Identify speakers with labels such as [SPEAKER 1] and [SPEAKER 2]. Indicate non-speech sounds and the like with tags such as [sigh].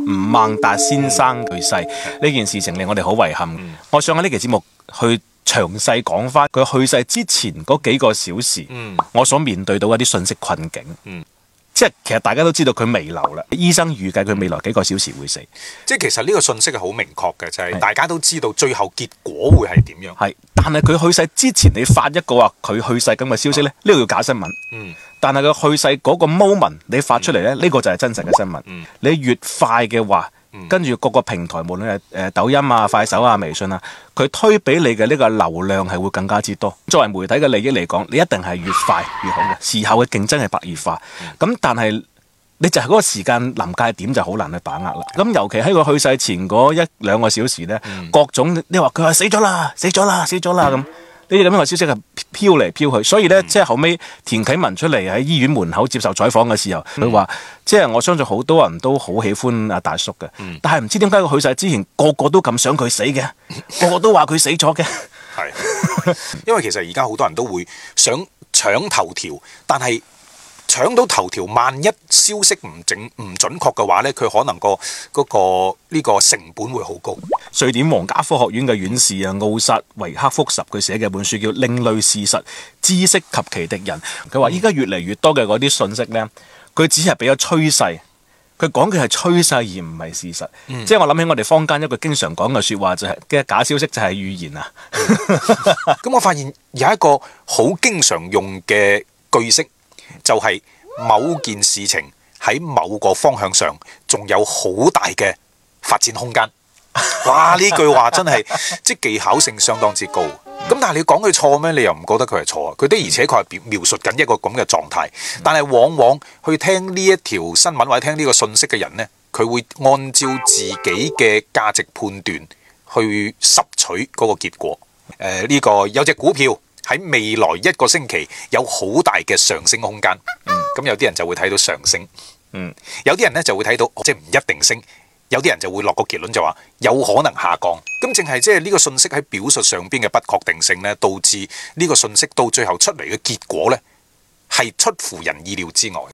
[SPEAKER 1] 吳孟達先生去世呢件事情令我哋好遺憾。我想喺呢期節目去詳細講翻佢去世之前嗰幾個小時，我所面對到一啲信息困境。即係其實大家都知道佢微流啦，醫生預計佢未來幾個小時會死。
[SPEAKER 2] 即係其實呢個信息係好明確嘅，就係、大家都知道最後結果會係
[SPEAKER 1] [laughs]
[SPEAKER 2] 點樣。
[SPEAKER 1] 係，但係佢去世之前，你發一個話佢去世咁嘅消息咧，呢個叫假新聞。
[SPEAKER 2] 啊嗯
[SPEAKER 1] 但係佢去世嗰個 moment 你發出嚟咧，呢、個就係真實嘅新聞。
[SPEAKER 2] 嗯
[SPEAKER 1] 你越快嘅話，跟住各個平台，無論係誒抖音啊、快手啊、微信啊，佢推俾你嘅呢個流量係會更加之多。作為媒體嘅利益嚟講，你一定係越快越好嘅。事後嘅競爭係白熱化，
[SPEAKER 2] 嗯
[SPEAKER 1] 咁但係。你就係嗰個時間臨界點就好難去把握啦。咁尤其喺佢去世前嗰一兩個小時呢，各種你話佢話死咗啦，死咗啦，死咗啦咁，呢啲咁樣嘅消息係飄嚟飄去。所以呢，即係後尾田啟文出嚟喺醫院門口接受採訪嘅時候，佢話、即係我相信好多人都好喜歡阿大叔嘅，但係唔知點解佢去世之前個個都咁想佢死嘅，個個都話佢死咗嘅。
[SPEAKER 2] 係，因為其實而家好多人都會想搶頭條，但係搶到頭條，萬一消息唔正唔準確嘅話呢佢可能個嗰、個呢、個成本會好高。
[SPEAKER 1] 瑞典皇家科學院嘅院士啊，奧薩維克福什佢寫嘅本書叫《另類事實：知識及其敵人》。佢話依家越嚟越多嘅嗰啲信息呢，佢只係俾咗趨勢，佢講嘅係趨勢而唔係事實。即係我諗起我哋坊間一句經常講嘅説話就係、嘅假消息就係預言啊。
[SPEAKER 2] 咁我發現有一個好經常用嘅句式，就係、某件事情喺某個方向上仲有好大嘅發展空間。哇！呢句話真係即係技巧性相當之高。咁但係你講佢錯咩？你又唔覺得佢係錯啊？佢的而且確係描描述緊一個咁嘅狀態，但係往往去聽呢一條新聞或者聽呢個信息嘅人呢，佢會按照自己嘅價值判斷去拾取嗰個結果。誒、呢、個有隻股票喺未來一個星期有好大嘅上升空間，嗯咁、有啲人就會睇到上升。有啲人咧就會睇到哦即係唔一定升，有啲人就會落個結論就話有可能下降。咁淨係即係呢個信息喺表述上邊嘅不確定性咧，導致呢個信息到最後出嚟嘅結果咧係出乎人意料之外。